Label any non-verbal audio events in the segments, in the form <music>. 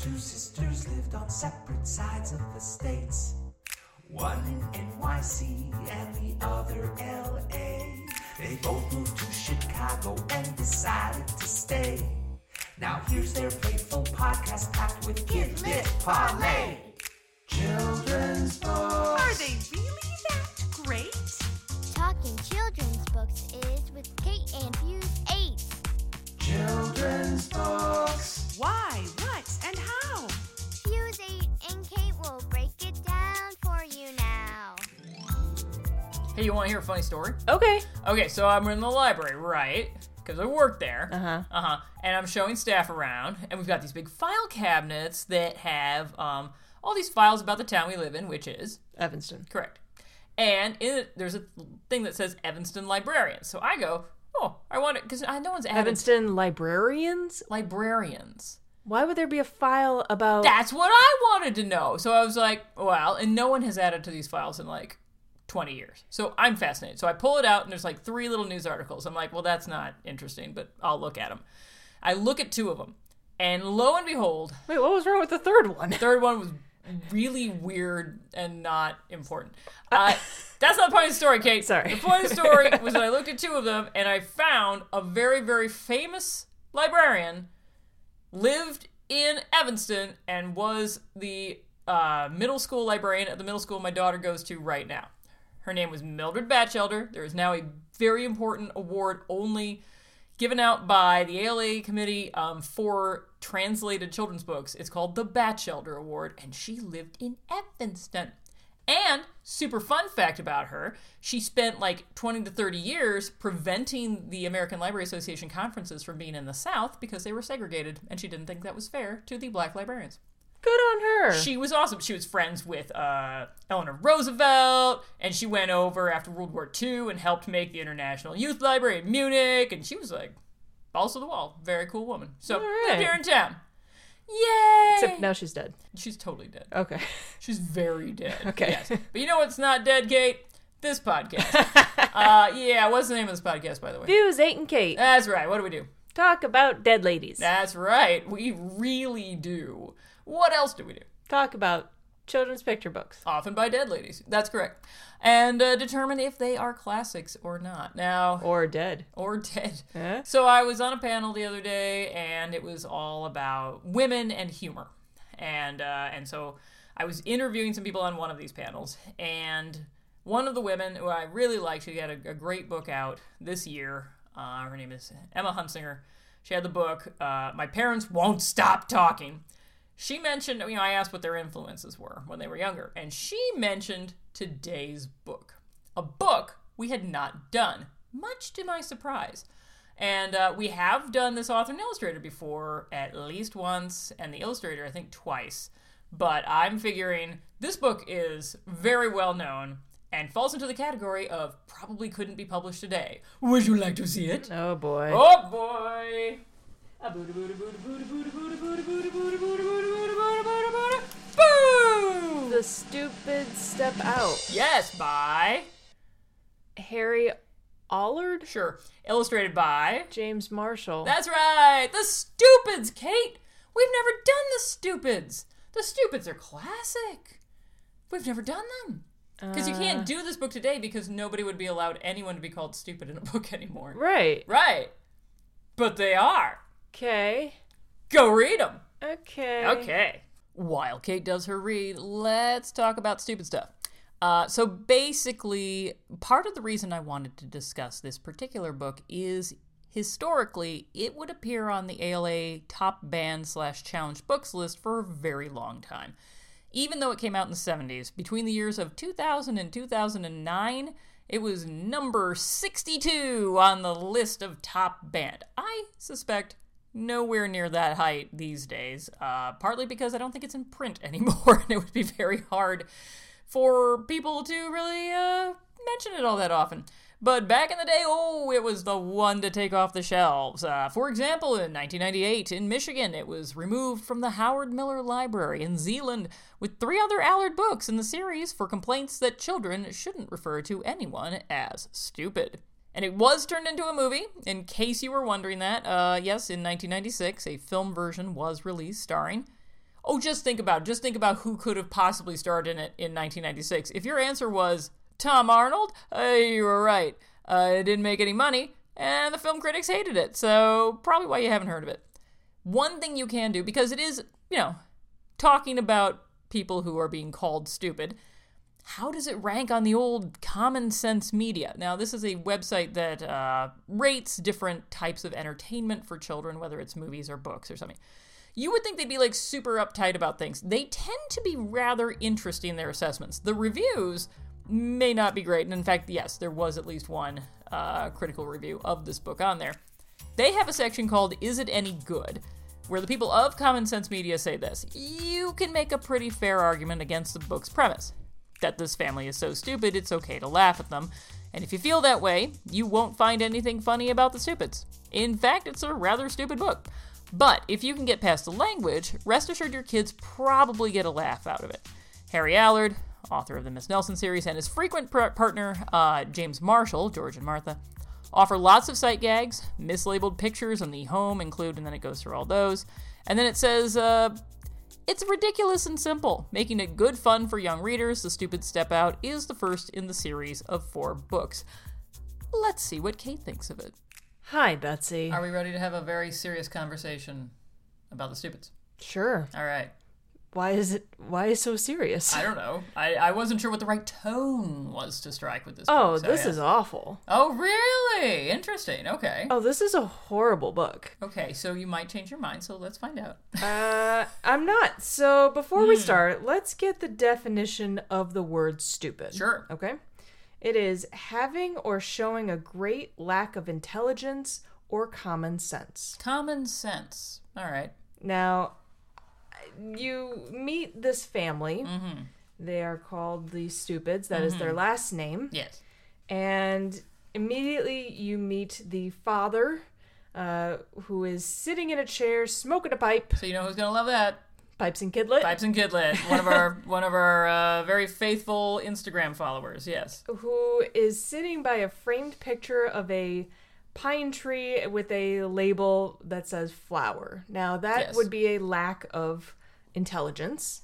Two sisters lived on separate sides of the states. One in NYC and the other LA. They both moved to Chicago and decided to stay. Now here's their playful podcast packed with kid lit parlay. Children's books. Are they really that great? Talking children's books is with Kate and Fuse 8. Children's books. Why, what, and how? Fuse 8 and Kate will break it down for you now. Hey, you want to hear a funny story? Okay. Okay, so I'm in the library, right? Because I work there. Uh Uh-huh. huh. And I'm showing staff around, and we've got these big file cabinets that have um, all these files about the town we live in, which is Evanston. correct. And in it, there's a thing that says Evanston Librarians. So I go, oh, I want it because no one's Evanston Evanston librarians? librarians. Why would there be a file about That's what I wanted to know. So I was like, well, and no one has added to these files in like 20 years. So I'm fascinated. So I pull it out and there's like three little news articles. I'm like, well, that's not interesting, but I'll look at them. I look at two of them, and lo and behold, Wait, what was wrong with the third one? third one was really weird and not important. Uh, that's not the point of the story, Kate. Sorry. The point of the story was that I looked at two of them and I found a very, very famous librarian lived in Evanston and was the uh, middle school librarian at the middle school my daughter goes to right now. Her name was Mildred Batchelder. There is now a very important award only given out by the ALA committee um, for translated children's books. It's called the Batchelder Award, and she lived in Evanston. And super fun fact about her, she spent like 20 to 30 years preventing the American Library Association conferences from being in the South because they were segregated, and she didn't think that was fair to the black librarians. Good on her. She was awesome. She was friends with uh, Eleanor Roosevelt, and she went over after World War II and helped make the International Youth Library in Munich. And she was like, balls to the wall. Very cool woman. So, All right. lived here in town. Yay! Except now she's dead. She's totally dead. <laughs> Okay. She's very dead. <laughs> Okay. Yes. But you know what's not dead, Kate? This <laughs> podcast. uh, yeah, what's the name of this podcast, by the way? Fuse, Eight, and Kate That's right. What do we do? talk about dead ladies. That's right. We really do. What else do we do? Talk about children's picture books. often by dead ladies. That's correct. And uh, determine if they are classics or not. Now, <laughs> Or dead. or dead. Huh? So I was on a panel the other day, and it was all about women and humor, and uh, and so I was interviewing some people on one of these panels, and one of the women who I really liked, she had a, a great book out this year. Uh, her name is Emma Hunsinger. She had the book uh, "My Parents Won't Stop Talking." She mentioned, you know, I asked what their influences were when they were younger, and she mentioned today's book, a book we had not done, much to my surprise. And uh, we have done this author and illustrator before, at least once, and the illustrator, I think, twice. But I'm figuring this book is very well known and falls into the category of probably couldn't be published today. Would you like to see it? Oh boy. Oh boy! Boo! The stupid step out. Yes, by Harry Allard? sure. Illustrated by James Marshall. That's right. The Stupids, Kate. We've never done the Stupids. The Stupids are classic. We've never done them. Because you can't do this book today because nobody would be allowed anyone to be called stupid in a <laughs> book anymore. right. Right. But they are. Okay. Go read them. Okay. Okay. While Kate does her read, let's talk about stupid stuff. Uh, so basically, part of the reason I wanted to discuss this particular book is historically it would appear on the ALA top band slash challenge books list for a very long time. Even though it came out in the 70s, between the years of 2000 and 2009, it was number 62 on the list of top band. I suspect nowhere near that height these days, uh, partly because I don't think it's in print <laughs> anymore, and it would be very hard for people to really uh, mention it all that often. But back in the day, oh, it was the one to take off the shelves. Uh, for example, in 1998 in Michigan, it was removed from the Howard Miller Library in Zealand with three other Allard books in the series for complaints that children shouldn't refer to anyone as stupid. And it was turned into a movie, in case you were wondering that. Uh, yes, in 1996, a film version was released starring Oh, just think about just think about who could have possibly starred in it in 1996. If your answer was Tom Arnold, uh, you were right. Uh, it didn't make any money, and the film critics hated it. So probably why you haven't heard of it. One thing you can do because it is you know talking about people who are being called stupid. How does it rank on the old Common Sense Media? Now, this is a website that uh, rates different types of entertainment for children, whether it's movies or books or something you would think they'd be like super uptight about things. They tend to be rather interesting in their assessments. The reviews may not be great, and in fact, yes, there was at least one uh, critical review of this book on there. They have a section called "Is It Any Good," where the people of Common Sense Media say this: you can make a pretty fair argument against the book's premise that this family is so stupid it's okay to laugh at them. And if you feel that way, you won't find anything funny about the stupids. In fact, it's a rather stupid book. But if you can get past the language, rest assured your kids probably get a laugh out of it. Harry Allard, author of the Miss Nelson series, and his frequent pr- partner, uh, James Marshall, George and Martha, offer lots of sight gags, mislabeled pictures on the home include, and then it goes through all those. And then it says, uh, it's ridiculous and simple, making it good fun for young readers. The Stupid Step Out is the first in the series of four books. Let's see what Kate thinks of it. Hi, Betsy. Are we ready to have a very serious conversation about the stupids? Sure. All right. Why is it? Why is so serious? I don't know. I, I wasn't sure what the right tone was to strike with this. Oh, book, so this yeah. is awful. Oh, really? Interesting. Okay. Oh, this is a horrible book. Okay, so you might change your mind, so let's find out. Uh, I'm not. So before Hmm. we start, let's get the definition of the word stupid. Sure. Okay. It is having or showing a great lack of intelligence or common sense. Common sense. All right. Now, you meet this family. Mm-hmm. They are called the Stupids. That is their last name. Yes. And immediately you meet the father, uh, who is sitting in a chair smoking a pipe. So you know who's gonna love that? Pipes and Kidlet. Pipes and Kidlet, one of our one of our uh, very faithful Instagram followers. Yes. who is sitting by a framed picture of a pine tree with a label that says flower. Now, that Yes. would be a lack of intelligence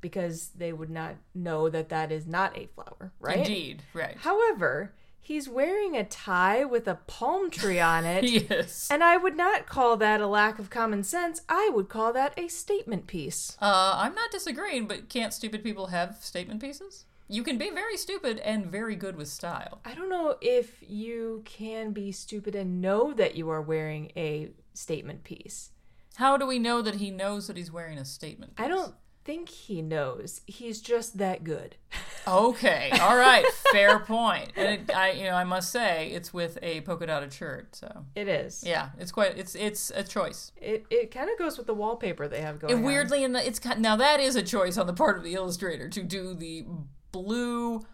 because they would not know that that is not a flower, right? Indeed. Right. However, he's wearing a tie with a palm tree on it. <laughs> <laughs> Yes. And I would not call that a lack of common sense. I would call that a statement piece. Uh, I'm not disagreeing, but can't stupid people have statement pieces? You can be very stupid and very good with style. I don't know if you can be stupid and know that you are wearing a statement piece. How do we know that he knows that he's wearing a statement? I don't think he knows. He's just that good. <laughs> Okay, all right, fair point. And it, I, you know, I must say it's with a polka dotted shirt. So It is. yeah, it's quite it's it's a choice. It it kind of goes with the wallpaper they have going. And on. weirdly, in the, it's kind now that is a choice on the part of the illustrator to do the blue.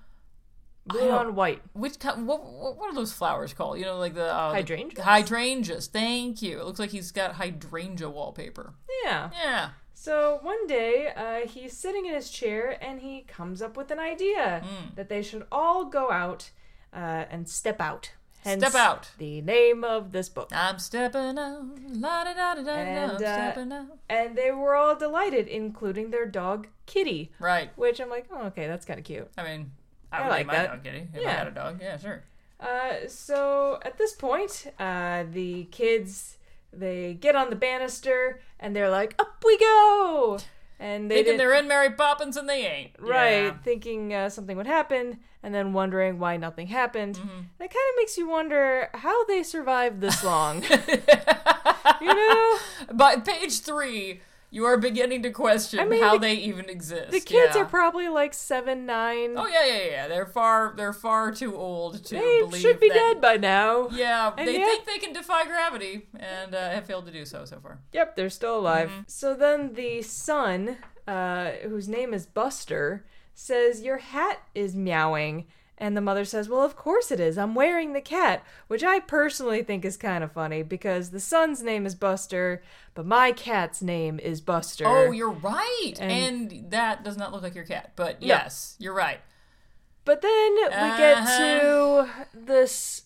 blue on white. Which kind, what, what what are those flowers called? You know, like the uh, the- Hydrangeas. hydrangeas. Thank you. It looks like he's got hydrangea wallpaper. Yeah. Yeah. So one day, uh, he's sitting in his chair and he comes up with an idea Hmm. that they should all go out uh, and step out. Hence Step out. The name of this book. I'm stepping out. La da da da da. And, I'm uh, stepping out. And they were all delighted, including their dog Kitty, Right. which I'm like, oh, okay, that's kind of cute. I mean, I I would like name my that. dog Kitty if I Yeah. had a dog. Yeah, sure. Uh, so at this point, uh, the kids they get on the banister and they're like, "Up we go!" And they Thinking didn't- they're in Mary Poppins and they ain't. right, Yeah. thinking uh, something would happen, and then wondering why nothing happened. Mm-hmm. That kind of makes you wonder how they survived this <laughs> long. <laughs> you know, By page three, you are beginning to question I mean, how the- they even exist. the kids yeah. are probably like seven, nine. Oh yeah, yeah, yeah. They're far, they're far too old to they believe should be that- dead by now. <laughs> Yeah, And they yet- think they can defy gravity, and uh, have failed to do so so far. Yep, they're still alive. Mm-hmm. So then the son, uh, whose name is Buster, says, Your hat is meowing. And the mother says, Well, of course it is. I'm wearing the cat, which I personally think is kind of funny because the son's name is Buster, but my cat's name is Buster. Oh, you're right, and, And- that does not look like your cat. But yes, you're right. Uh-huh. But then we get to this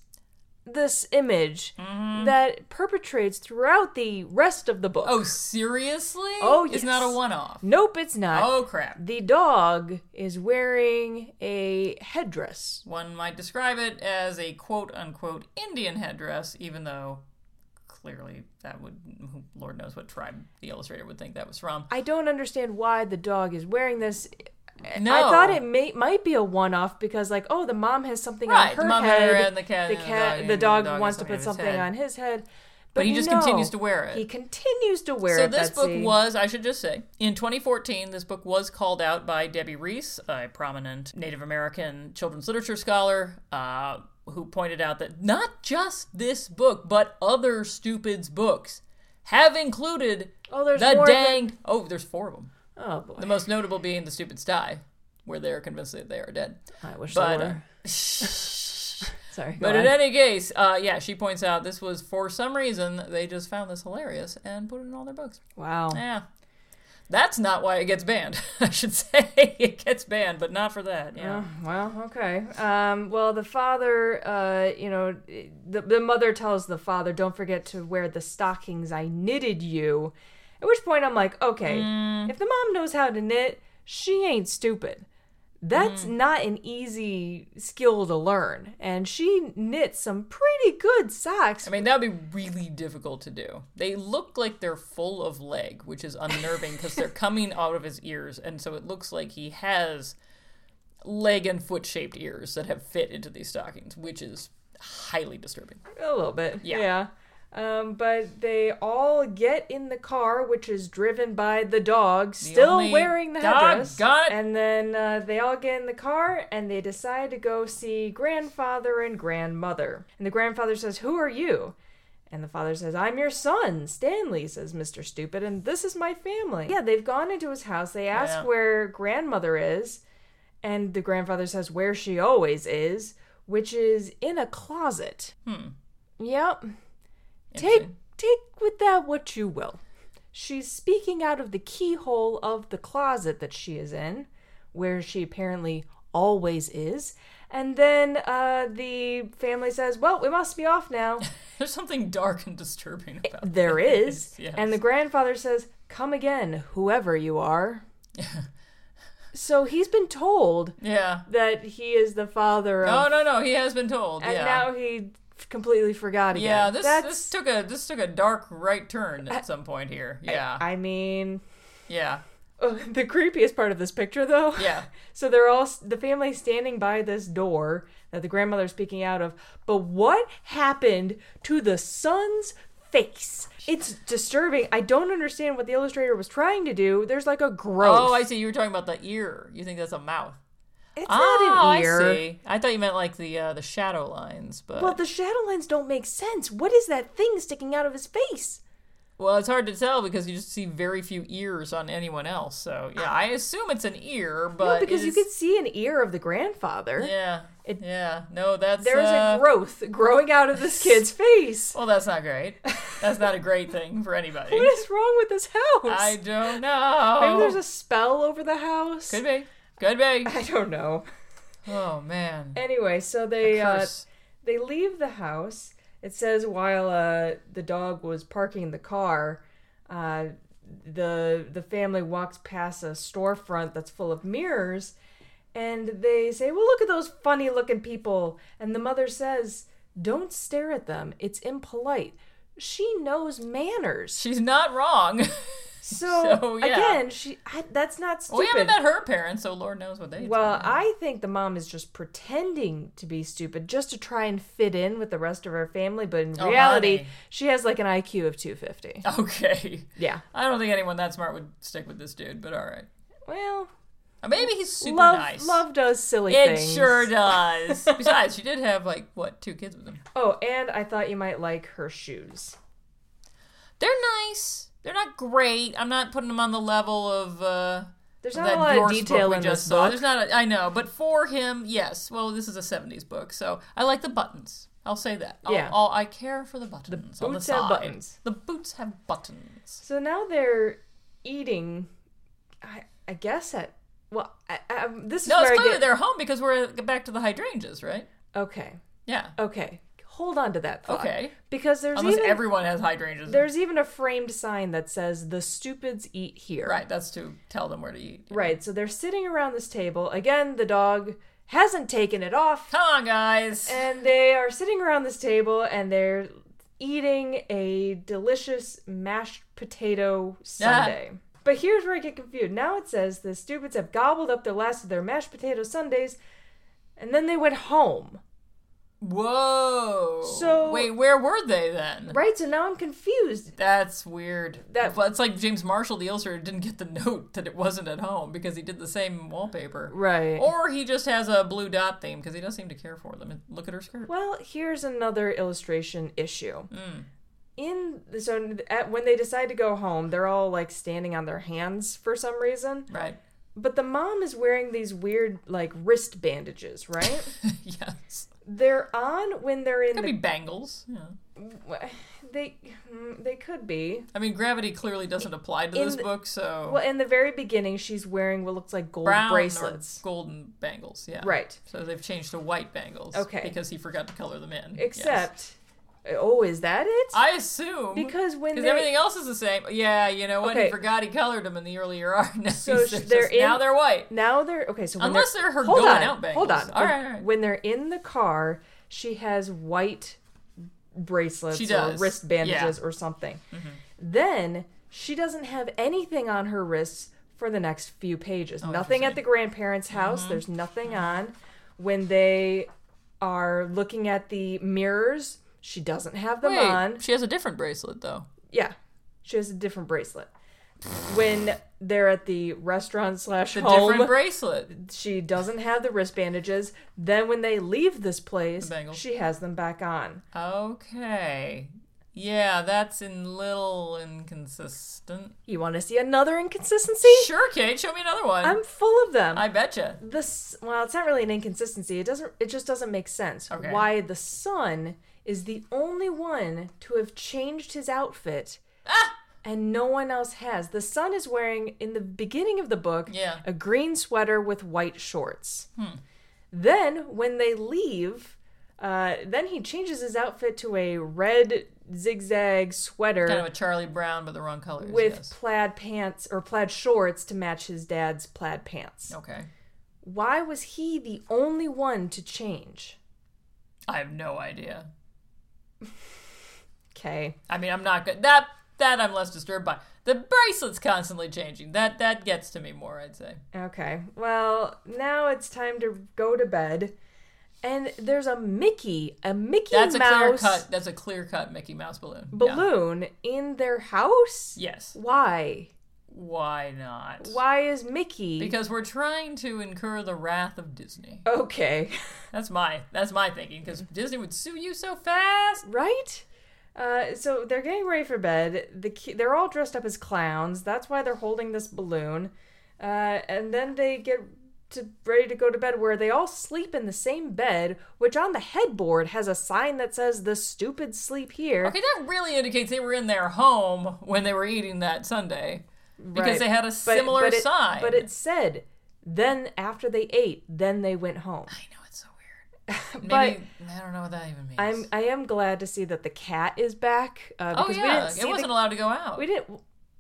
this image that perpetrates throughout the rest of the book. Mm-hmm. Oh, seriously? Oh, It's not a yes. one off. Nope, it's not. Oh, crap. The dog is wearing a headdress. One might describe it as a quote unquote Indian headdress, even though clearly that would, Lord knows what tribe the illustrator would think that was from. I don't understand why the dog is wearing this. No. I thought it may, might be a one-off because, like, oh, the mom has something Right, on her the mom had head. her and the cat- and the the cat, dog, and the the dog, dog wants has to put something something on his head. on his head. But, he just no. continues to wear it. He continues to wear So it. this Betsy. book was, I should just say, in 2014, this book was called out by Debbie Reese, a prominent Native American children's literature scholar, uh, who pointed out that not just this book, but other Stupid's books have included Oh, there's the more than- dang. Oh, there's four of them. Oh boy, The most notable being the Stupid's Die, where they are convinced that they are dead. I wish But. they uh, <laughs> were. Sorry, go But on. in any case, uh, yeah, she points out this was for some reason they just found this hilarious and put it in all their books. wow. Yeah. That's not why it gets banned. <laughs> I should say it gets banned, but not for that. Yeah. Well, okay. Um, well, the father, uh, you know, the, the mother tells the father, don't forget to wear the stockings I knitted you. At which point I'm like, okay, if the mom knows how to knit, she ain't stupid. That's not an easy skill to learn. And she knits some pretty good socks. I mean, that would be really difficult to do. They look like they're full of leg, which is unnerving because <laughs> they're coming out of his ears. And so it looks like he has leg and foot shaped ears that have fit into these stockings, which is highly disturbing. <laughs> A little bit. Yeah. Yeah. Um, but they all get in the car, which is driven by the dog, still only- wearing the Dog headdress. got- And then uh, they all get in the car and they decide to go see grandfather and grandmother. And the grandfather says, Who are you? And the father says, I'm your son, Stanley, says Mr. Stupid, and this is my family. Yeah, they've gone into his house. They ask Yeah. where grandmother is, and the grandfather says, Where she always is, which is in a closet. Yep. Take Hmm. Interesting. take with that what you will. She's speaking out of the keyhole of the closet that she is in, where she apparently always is. And then uh, the family says, "Well, we must be off now." There's something dark and disturbing about that. There is. Yes. And the grandfather says, "Come again, whoever <laughs> you are." so he's been told <laughs> Yeah. that he is the father of, No, no, no. He has been told. and yeah. now he completely forgot again. Yeah, this That's, this took a this took a dark right turn at some point here. Yeah, I mean. yeah, Oh, <laughs> the creepiest part of this picture, though. yeah. <laughs> So they're all the family standing by this door that the grandmother's speaking out of. But what happened to the son's face? It's disturbing. I don't understand what the illustrator was trying to do. There's like a growth. Oh, I see. You were talking about the ear. You think that's a mouth? it's Oh, not an ear. I see. I thought you meant like the uh, the shadow lines, but Well, well, the shadow lines don't make sense. What is that thing sticking out of his face? it's hard to tell because you just see very few ears on anyone else. So yeah, I assume it's an ear, but no, because it you is- could see an ear of the grandfather. yeah, yeah. No, that's There is uh, a growth growing out of <laughs> this kid's face. Well, that's not great. That's not a great thing for <laughs> anybody. What is wrong with this house? I don't know. Maybe there's a spell over the house. could be, could be. <laughs> I don't know. Oh man, Anyway, so they uh, Curse. they leave the house. It says while uh, the dog was parking the car, uh, the the family walks past a storefront that's full of mirrors, and they say, "Well, look at those funny looking people." And the mother says, "Don't stare at them. It's impolite." She knows manners. she's not wrong. <laughs> So, So, yeah. again, she I, that's not stupid. We haven't met her parents, so Lord knows what they Well, I think the mom is just pretending to be stupid just to try and fit in with the rest of her family, but in Oh, reality, honey. Oh. she has like an IQ of 250. do. <laughs> Okay. Yeah. I don't think anyone that smart would stick with this dude, but all right. Well, Uh, Maybe he's super love nice. love does silly it things. sure does. <laughs> Besides, she did have like what two kids with him. Oh, and I thought you might like her shoes. They're nice. They're not great. I'm not putting them on the level of uh, There's not that a lot of Dorse detail book we in just this saw. book. There's not. A, I know, but for him, yes. Well, this is a '70s book, so I like the buttons. I'll say that. I'll- Yeah. I'll- I care for the buttons. on the boots have side. buttons. The boots have buttons. So now they're eating I I guess at well, I, I, um, this is No, where it's I clearly get they're home because we're back to the hydrangeas, right? Okay. Yeah. Okay. Hold on to that thought. Okay. Because Oh, there's Unless even everyone has hydrangeas. there's even a framed sign that says the stupids eat here. right, that's to tell them where to eat. Right. So they're sitting around this table. Again, the dog hasn't taken it off. Come on, guys. And they are sitting around this table and they're eating a delicious mashed potato sundae. But here's where I get confused. Now it says the stupids have gobbled up the last of their mashed potato sundaes and then they went home. Whoa. So- wait, where were they then? Right? So now I'm confused. That's weird. That- Well, it's like James Marshall, the illustrator, didn't get the <laughs> note that it wasn't at home because he did the same wallpaper. Right. Or he just has a blue dot theme because he does seem to care for them. And Look at her skirt. Well, here's another illustration issue. Mm. In so at, when they decide to go home, they're all like standing on their hands for some reason. Right. <laughs> But the mom is wearing these weird like wrist bandages, right? <laughs> yes. they're on when they're in Could the, be bangles. Yeah. they mm, they could be. I mean, gravity clearly doesn't apply to In this the- book, so Well, in the very beginning, she's wearing what looks like gold brown bracelets. or golden bangles. Yeah. Right. So they've changed to white bangles. Okay. Because he forgot to color them in. Yes. Except, oh, is that it? I assume because when Because they, everything else is the same. Yeah, you know what? He Okay. forgot he colored them in the earlier <laughs> art. Now So he's sh- just- they're in- now they're white. Now they're okay. So when Unless they're her hold going on, out bangles. Hold on. All when, right, all right. when they're in the car, she has white bracelets She or does. Mm-hmm. wrist bandages or something. Then she doesn't have anything on her wrists for the next few pages. Oh, nothing at the grandparents' house. Mm-hmm. There's nothing on. When they are looking at the mirrors, she doesn't have them Wait, on. she has a different bracelet though. Yeah, she has a different bracelet. When they're at the restaurant slash The home, different bracelet. she doesn't have the wrist bandages. Then when they leave this place, The bangles. she has them back on. Okay. Yeah, that's a little inconsistent. You want to see another inconsistency? Sure, Kate, show me another one. I'm full of them. I betcha. this well, it's not really an inconsistency. It doesn't it just doesn't make sense Okay. why the son is the only one to have changed his outfit. Ah! And no one else has. The son is wearing, in the beginning of the book, Yeah. Hmm. a green sweater with white shorts. Then, when they leave, uh, then he changes his outfit to a red zigzag sweater Kind of a Charlie Brown, but the wrong colors. with yes. plaid pants or plaid shorts to match his dad's plaid pants. Okay. Why was he the only one to change? I have no idea. Okay. I mean, I'm not good. That that I'm less disturbed by. The bracelet's constantly changing. That that gets to me more, I'd say. Okay. Well, now it's time to go to bed. And there's a Mickey, a Mickey That's a clear Mouse cut. That's a clear cut Mickey Mouse balloon. Yeah. balloon in their house? Yes. Why? Why not? Why is Mickey Because we're trying to incur the wrath of Disney. Okay. That's my that's my thinking. Because Disney would sue you so fast. right? Uh, so they're getting ready for bed. The ki- they're all dressed up as clowns. That's why they're holding this balloon. Uh, and then they get to ready to go to bed, where they all sleep in the same bed, which on the headboard has a sign that says "The stupid sleep here." Okay, that really indicates they were in their home when they were eating that Sunday, because Right. they had a similar but it, sign. But it said, "Then after they ate, then they <laughs> went home." I know it's so weird. But- Maybe I don't know what that even means. I'm I am glad to see that the cat is back uh, oh because we yeah, didn't see it wasn't the, allowed to go out. we didn't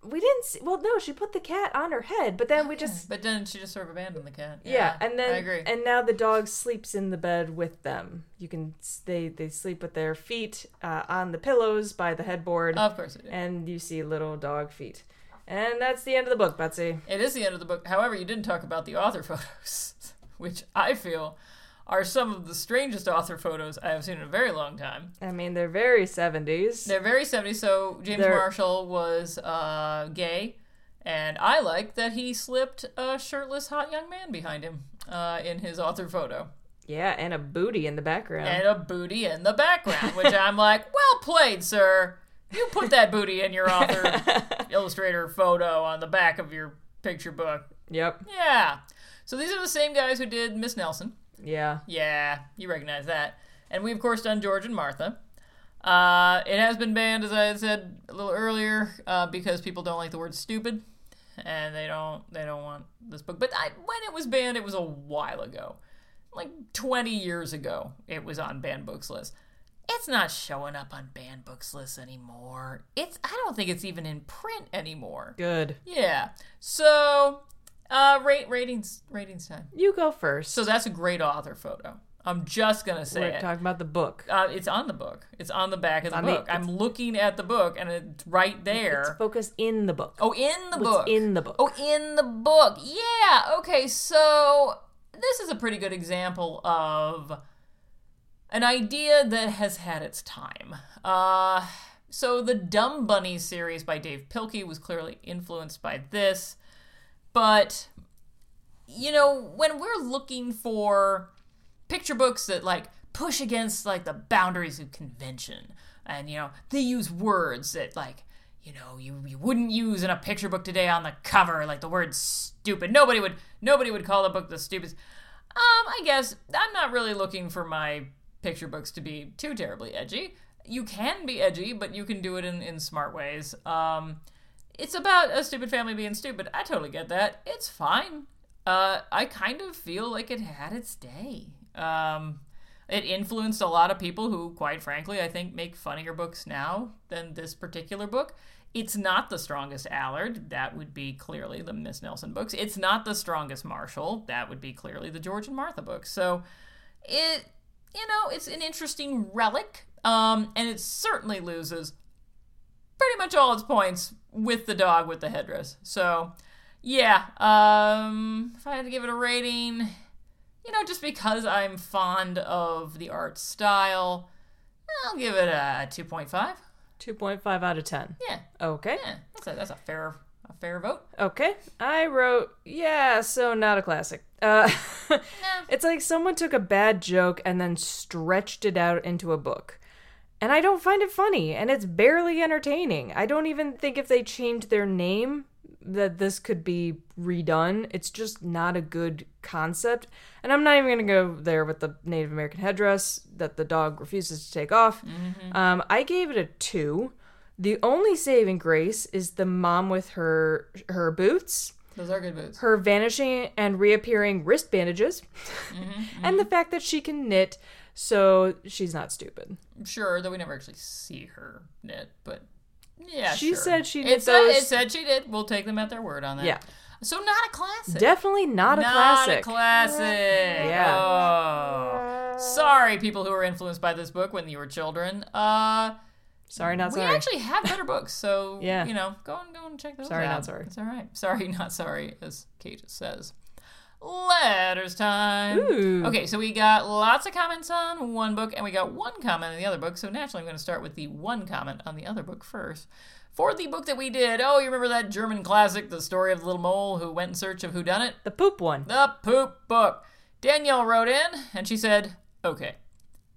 we didn't see, well no she put the cat on her head but then we just Oh, But then she just sort of abandoned the cat. Yeah, and then I agree. and now the dog sleeps in the bed with them. You can they they sleep with their feet uh, on the pillows by the headboard, of course it is. and you see little dog feet. And that's the end of the book, Betsy. It is the end of the book. However, you didn't talk about the author photos, <laughs> which I feel are some of the strangest author photos I have seen in a very long time. I mean, they're very seventies. They're very 70s. So James They're- Marshall was uh, gay, and I like that he slipped a shirtless hot young man behind him uh, in his author photo. Yeah, and a booty in the background. and a booty in the background, which I'm like, <laughs> well played, sir. You put that booty in your author illustrator photo on the back of your picture book. yep. Yeah. So these are the same guys who did Miss Nelson. Yeah. Yeah, you recognize that. And we, of course, done George and Martha. Uh, it has been banned, as I said a little earlier, uh, because people don't like the word stupid, and they don't they don't want this book. But I, when it was banned, it was a while ago, like 20 years ago. It was on banned books list. It's not showing up on banned books lists anymore. It's I don't think it's even in print anymore. Good. Yeah. So, uh, rate ratings ratings time. You go first. So that's a great author photo. I'm just gonna say We're it. talking about the book. uh, it's on the book. It's on the back of the on the- book. I'm looking at the book, and it's right there. Let's focus in the book. Oh, in the What's book. in the book. Oh, in the book. Yeah. Okay. So this is a pretty good example of an idea that has had its time. Uh, so the Dumb Bunny series by Dave Pilkey was clearly influenced by this, but you know when we're looking for picture books that like push against like the boundaries of convention and you know they use words that like you know you, you wouldn't use in a picture book today on the cover like the word stupid nobody would nobody would call a book the stupidest um i guess i'm not really looking for my picture books to be too terribly edgy you can be edgy but you can do it in, in smart ways um it's about a stupid family being stupid. I totally get that. It's fine. Uh, I kind of feel like it had its day. Um, it influenced a lot of people who, quite frankly, I think make funnier books now than this particular book. It's not the strongest Allard. That would be clearly the Miss Nelson books. It's not the strongest Marshall. That would be clearly the George and Martha books. So it, you know, it's an interesting relic. Um, and it certainly loses pretty much all its points with the dog with the headdress. So, yeah, um, if I had to give it a rating, you know, just because I'm fond of the art style, I'll give it a 2.5. 2.5 out of 10. Yeah, Okay. yeah, that's a, that's a fair a fair vote. Okay. I wrote, yeah, so not a classic. Uh, <laughs> It's like someone took a bad joke and then stretched it out into a book. And I don't find it funny, and it's barely entertaining. I don't even think if they changed their name that this could be redone. It's just not a good concept. And I'm not even going to go there with the Native American headdress that the dog refuses to take off. Um, I gave it a two. The only saving grace is the mom with her her boots Those are good votes. her vanishing and reappearing wrist bandages, Mm-hmm, and the fact that she can knit, so she's not stupid. Sure, though we never actually see her knit, but yeah, She sure. said she it did said, it those- said she did. We'll take them at their word on that. Yeah. So not a classic. Definitely not a not classic. a classic. Yeah. Oh. Sorry, people who were influenced by this book when you were children. Uh, sorry, not we sorry. actually have better <laughs> books, so Yeah. you know, go and go and check those Sorry, out. not sorry. It's all right. Sorry, <laughs> not sorry, as Kate says. Letters time. Ooh. Okay, so we got lots of comments on one book, and we got one comment on the other book. So naturally, I'm going to start with the one comment on the other book first. For the book that we did, oh, you remember that German classic, The Story of the Little Mole Who Went in Search of Who Done It? the poop one. The poop book. Danielle wrote in and she said, Okay,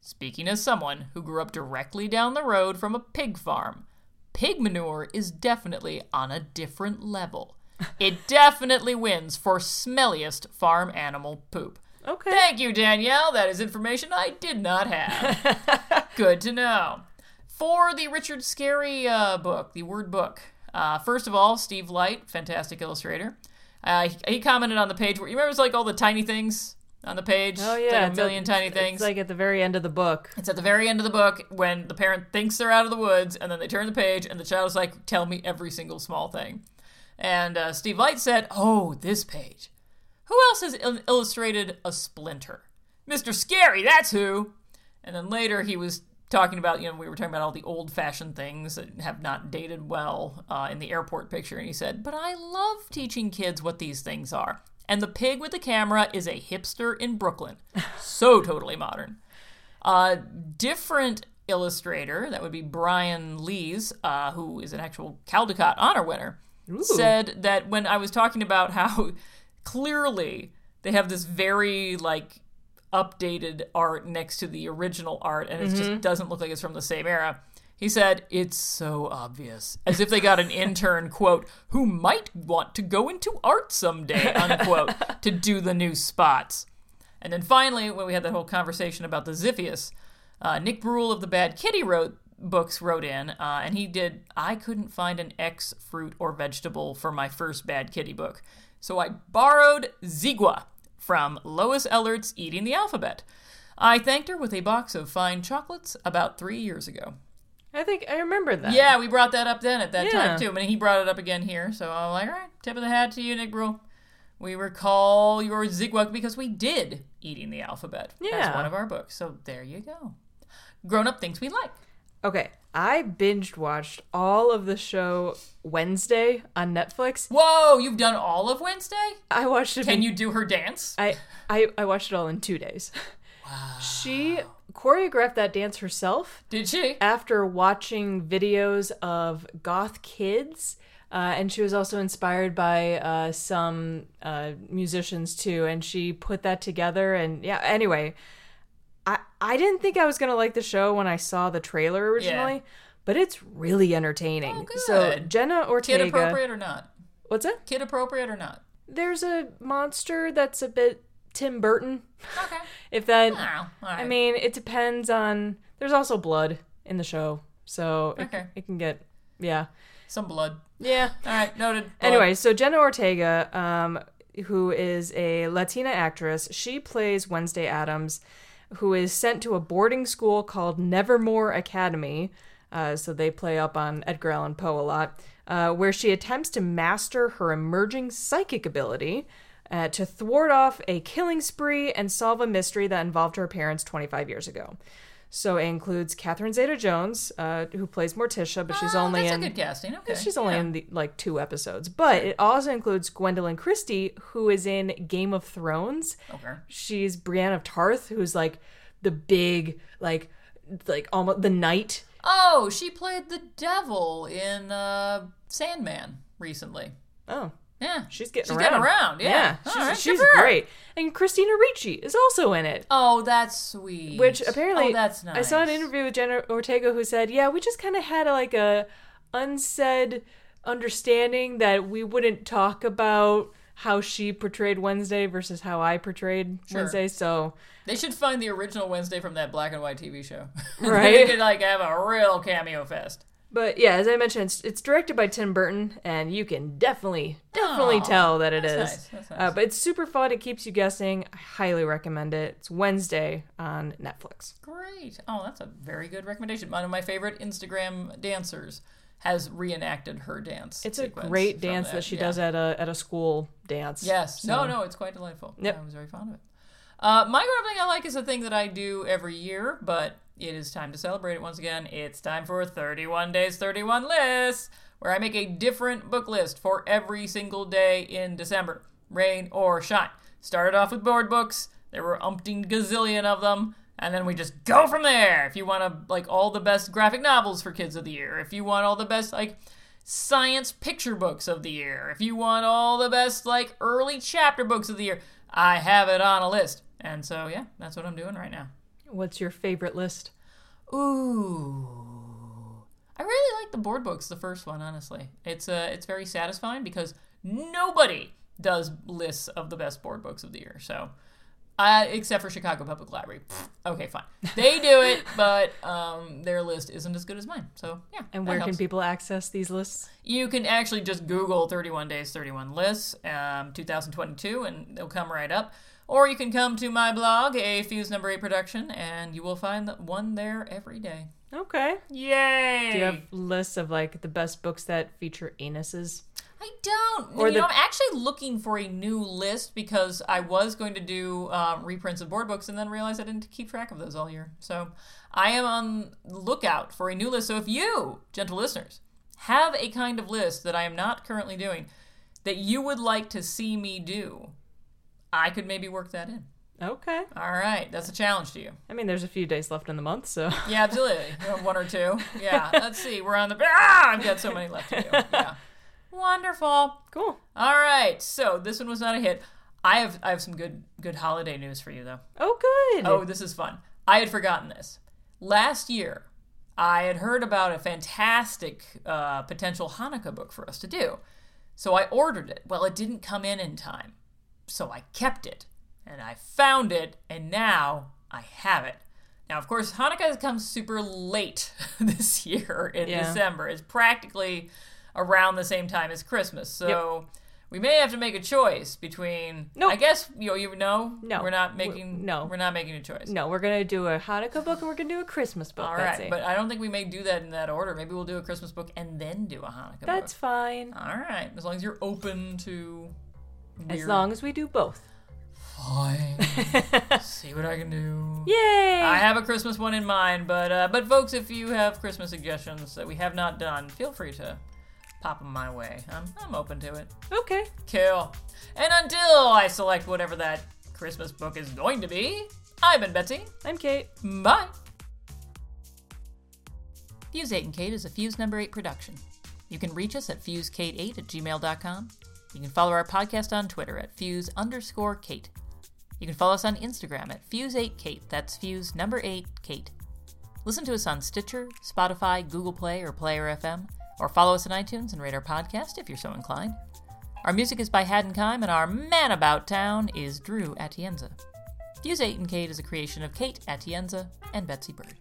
speaking as someone who grew up directly down the road from a pig farm, pig manure is definitely on a different level. It <laughs> definitely wins for smelliest farm animal poop. Okay. Thank you, Danielle. That is information I did not have. <laughs> Good to know. For the Richard Scarry uh, book, the word book, uh, first of all, Steve Light, fantastic illustrator. Uh, he, he commented on the page where you remember it's like all the tiny things on the page. Oh It's yeah, like a it's million tiny it's things. like at the very end of the book. It's at the very end of the book when the parent thinks they're out of the woods, and then they turn the page, and the child is like, "Tell me every single small thing." And uh, Steve Light said, "Oh, this page. Who else has il- illustrated a splinter? Mister Scary, that's who." And then later he was talking about, you know, we were talking about all the old-fashioned things that have not dated well uh, in the airport picture, and he said, "But I love teaching kids what these things are." And the pig with the camera is a hipster in Brooklyn. So totally modern. A different illustrator, that would be Brian Lees, uh, who is an actual Caldecott honor winner, said that when I was talking about how <laughs> clearly they have this very like updated art next to the original art and it just doesn't look like it's from the same era. He said, It's so obvious. As if they got an intern, <laughs> quote, who might want to go into art someday, unquote, to do the new spots. And then finally, when we had that whole conversation about the Ziphius, uh, Nick Brule of the Bad Kitty wrote books wrote in, uh, and he did. I couldn't find an X fruit or vegetable for my first Bad Kitty book, so I borrowed Zigua from Lois Ellert's Eating the Alphabet. I thanked her with a box of fine chocolates about three years ago. I think I remember that. Yeah, we brought that up then at that Yeah. time too. I mean, he brought it up again here, so I'm like, all right, tip of the hat to you, Nick Brule. We recall your zigzag because we did eating the alphabet. Yeah. That's one of our books. So there you go. Grown up things we like. Okay. I binged watched all of the show Wednesday on Netflix. Whoa, you've done all of Wednesday? I watched it. Can in- you do her dance? I, I I watched it all in two days. Wow. She choreographed that dance herself Did she? after watching videos of goth kids. Uh, and she was also inspired by uh, some uh, musicians too, and she put that together. And yeah, anyway, I I didn't think I was gonna like the show when I saw the trailer originally, but it's really entertaining. So Oh, good. Jenna Ortega, Kid appropriate or not? what's it? Kid appropriate or not? There's a monster that's a bit Tim Burton. Okay. <laughs> If that, Oh, all right. I mean, it depends on. There's also blood in the show, so it, Okay. it can get yeah. some blood. Yeah. All right, noted. Blood. Anyway, so Jenna Ortega, um, who is a Latina actress, she plays Wednesday Adams, who is sent to a boarding school called Nevermore Academy. Uh, so they play up on Edgar Allan Poe a lot, uh, where she attempts to master her emerging psychic ability. Uh, to thwart off a killing spree and solve a mystery that involved her parents 25 years ago. So it includes Catherine Zeta Jones, uh, who plays Morticia, but she's Oh, only that's in. a good casting. Okay. She's only in the, like two episodes, but it also includes Gwendolyn Christie, who is in Game of Thrones. Okay. She's Brienne of Tarth, who's like the big, like, like almost the knight. Oh, she played the devil in uh, Sandman recently. Oh, Yeah, she's getting she's around. getting around. Yeah, All she's, right, good she's for her. great. And Christina Ricci is also in it. Oh, that's sweet. Which apparently, oh, that's nice. I saw an interview with Jenna Ortega who said, "Yeah, we just kind of had like a unsaid understanding that we wouldn't talk about how she portrayed Wednesday versus how I portrayed Wednesday." So, They should find the original Wednesday from that black and white TV show. <laughs> they Right. could like have a real cameo fest. but yeah, as I mentioned, it's, it's directed by Tim Burton, and you can definitely, definitely Aw, tell that it is. Oh, that's nice, that's Uh, nice. but it's super fun. It keeps you guessing. I highly recommend it. It's Wednesday on Netflix. Great. Oh, that's a very good recommendation. One of my favorite Instagram dancers has reenacted her dance. It's a sequence great from dance that she does at a at a school dance. Yes. So- No, no, it's quite delightful. Yep. I was very fond of it. Uh, my grown thing I like is a thing that I do every year, but it is time to celebrate it once again. It's time for 31 Days, 31 Lists, where I make a different book list for every single day in December, rain or shine. Started off with board books. There were umpteen gazillion of them. And then we just go from there. If you want to, like, all the best graphic novels for kids of the year, if you want all the best, like, science picture books of the year, if you want all the best like early chapter books of the year, I have it on a list. And so yeah, that's what I'm doing right now. What's your favorite list? Ooh. I really like the board books, the first one, honestly. It's uh it's very satisfying because nobody does lists of the best board books of the year. So uh, except for Chicago Public Library. Pfft, Okay, fine. They do it, <laughs> but um, their list isn't as good as mine. So, yeah. And that where helps. can people access these lists? You can actually just Google 31 Days, 31 Lists, um, 2022, and they'll come right up. Or you can come to my blog, a Fuse Number 8 Production, and you will find the one there every day. Okay. Yay! Do you have lists of like the best books that feature anuses? I don't. Or you the- know, I'm actually looking for a new list because I was going to do uh, reprints of board books and then realized I didn't keep track of those all year. So I am on lookout for a new list. So if you, gentle listeners, have a kind of list that I am not currently doing that you would like to see me do, I could maybe work that in. Okay. All right, that's a challenge to you. I mean, there's a few days left in the month, so Yeah, absolutely. You know, one or two. Yeah, let's see. We're on the. Ah, I've got so many left to do. <laughs> Yeah. Wonderful. <laughs> cool. All right, so this one was not a hit. I have I have some good good holiday news for you though. Oh, good. Oh, this is fun. I had forgotten this. Last year, I had heard about a fantastic uh, potential Hanukkah book for us to do, so I ordered it. Well, it didn't come in in time, so I kept it and I found it, and now I have it. Now, of course, Hanukkah has come super late <laughs> this year in Yeah. December. It's practically around the same time as Christmas, so we may have to make a choice between. Nope. I guess you know, you know. No. We're not We're- making. no. We're not making a choice. No, we're gonna do a Hanukkah book and we're gonna do a Christmas book. All right, Betsy. but I don't think we may do that in that order. Maybe we'll do a Christmas book and then do a Hanukkah that's book. fine. All right, as long as you're open to. As weird- long as we do <laughs> both. Fine. See what I can do. Yay! I have a Christmas one in mind, but uh, but folks, if you have Christmas suggestions that we have not done, feel free to pop them my way. I'm I'm open to it. okay. Cool. And until I select whatever that Christmas book is going to be, I've been Betsy. I'm Kate. Bye. Fuse 8 and Kate is a Fuse number 8 production. You can reach us at fusekate8 at gmail.com. You can follow our podcast on Twitter at fuse underscore Kate. You can follow us on Instagram at fuse8kate. That's fuse number 8 Kate. Listen to us on Stitcher, Spotify, Google Play, or Player FM, or follow us on iTunes and rate our podcast if you're so inclined. Our music is by Haddon Kime, and our man about town is Drew Atienza. Fuse 8 and Kate is a creation of Kate Atienza and Betsy Bird.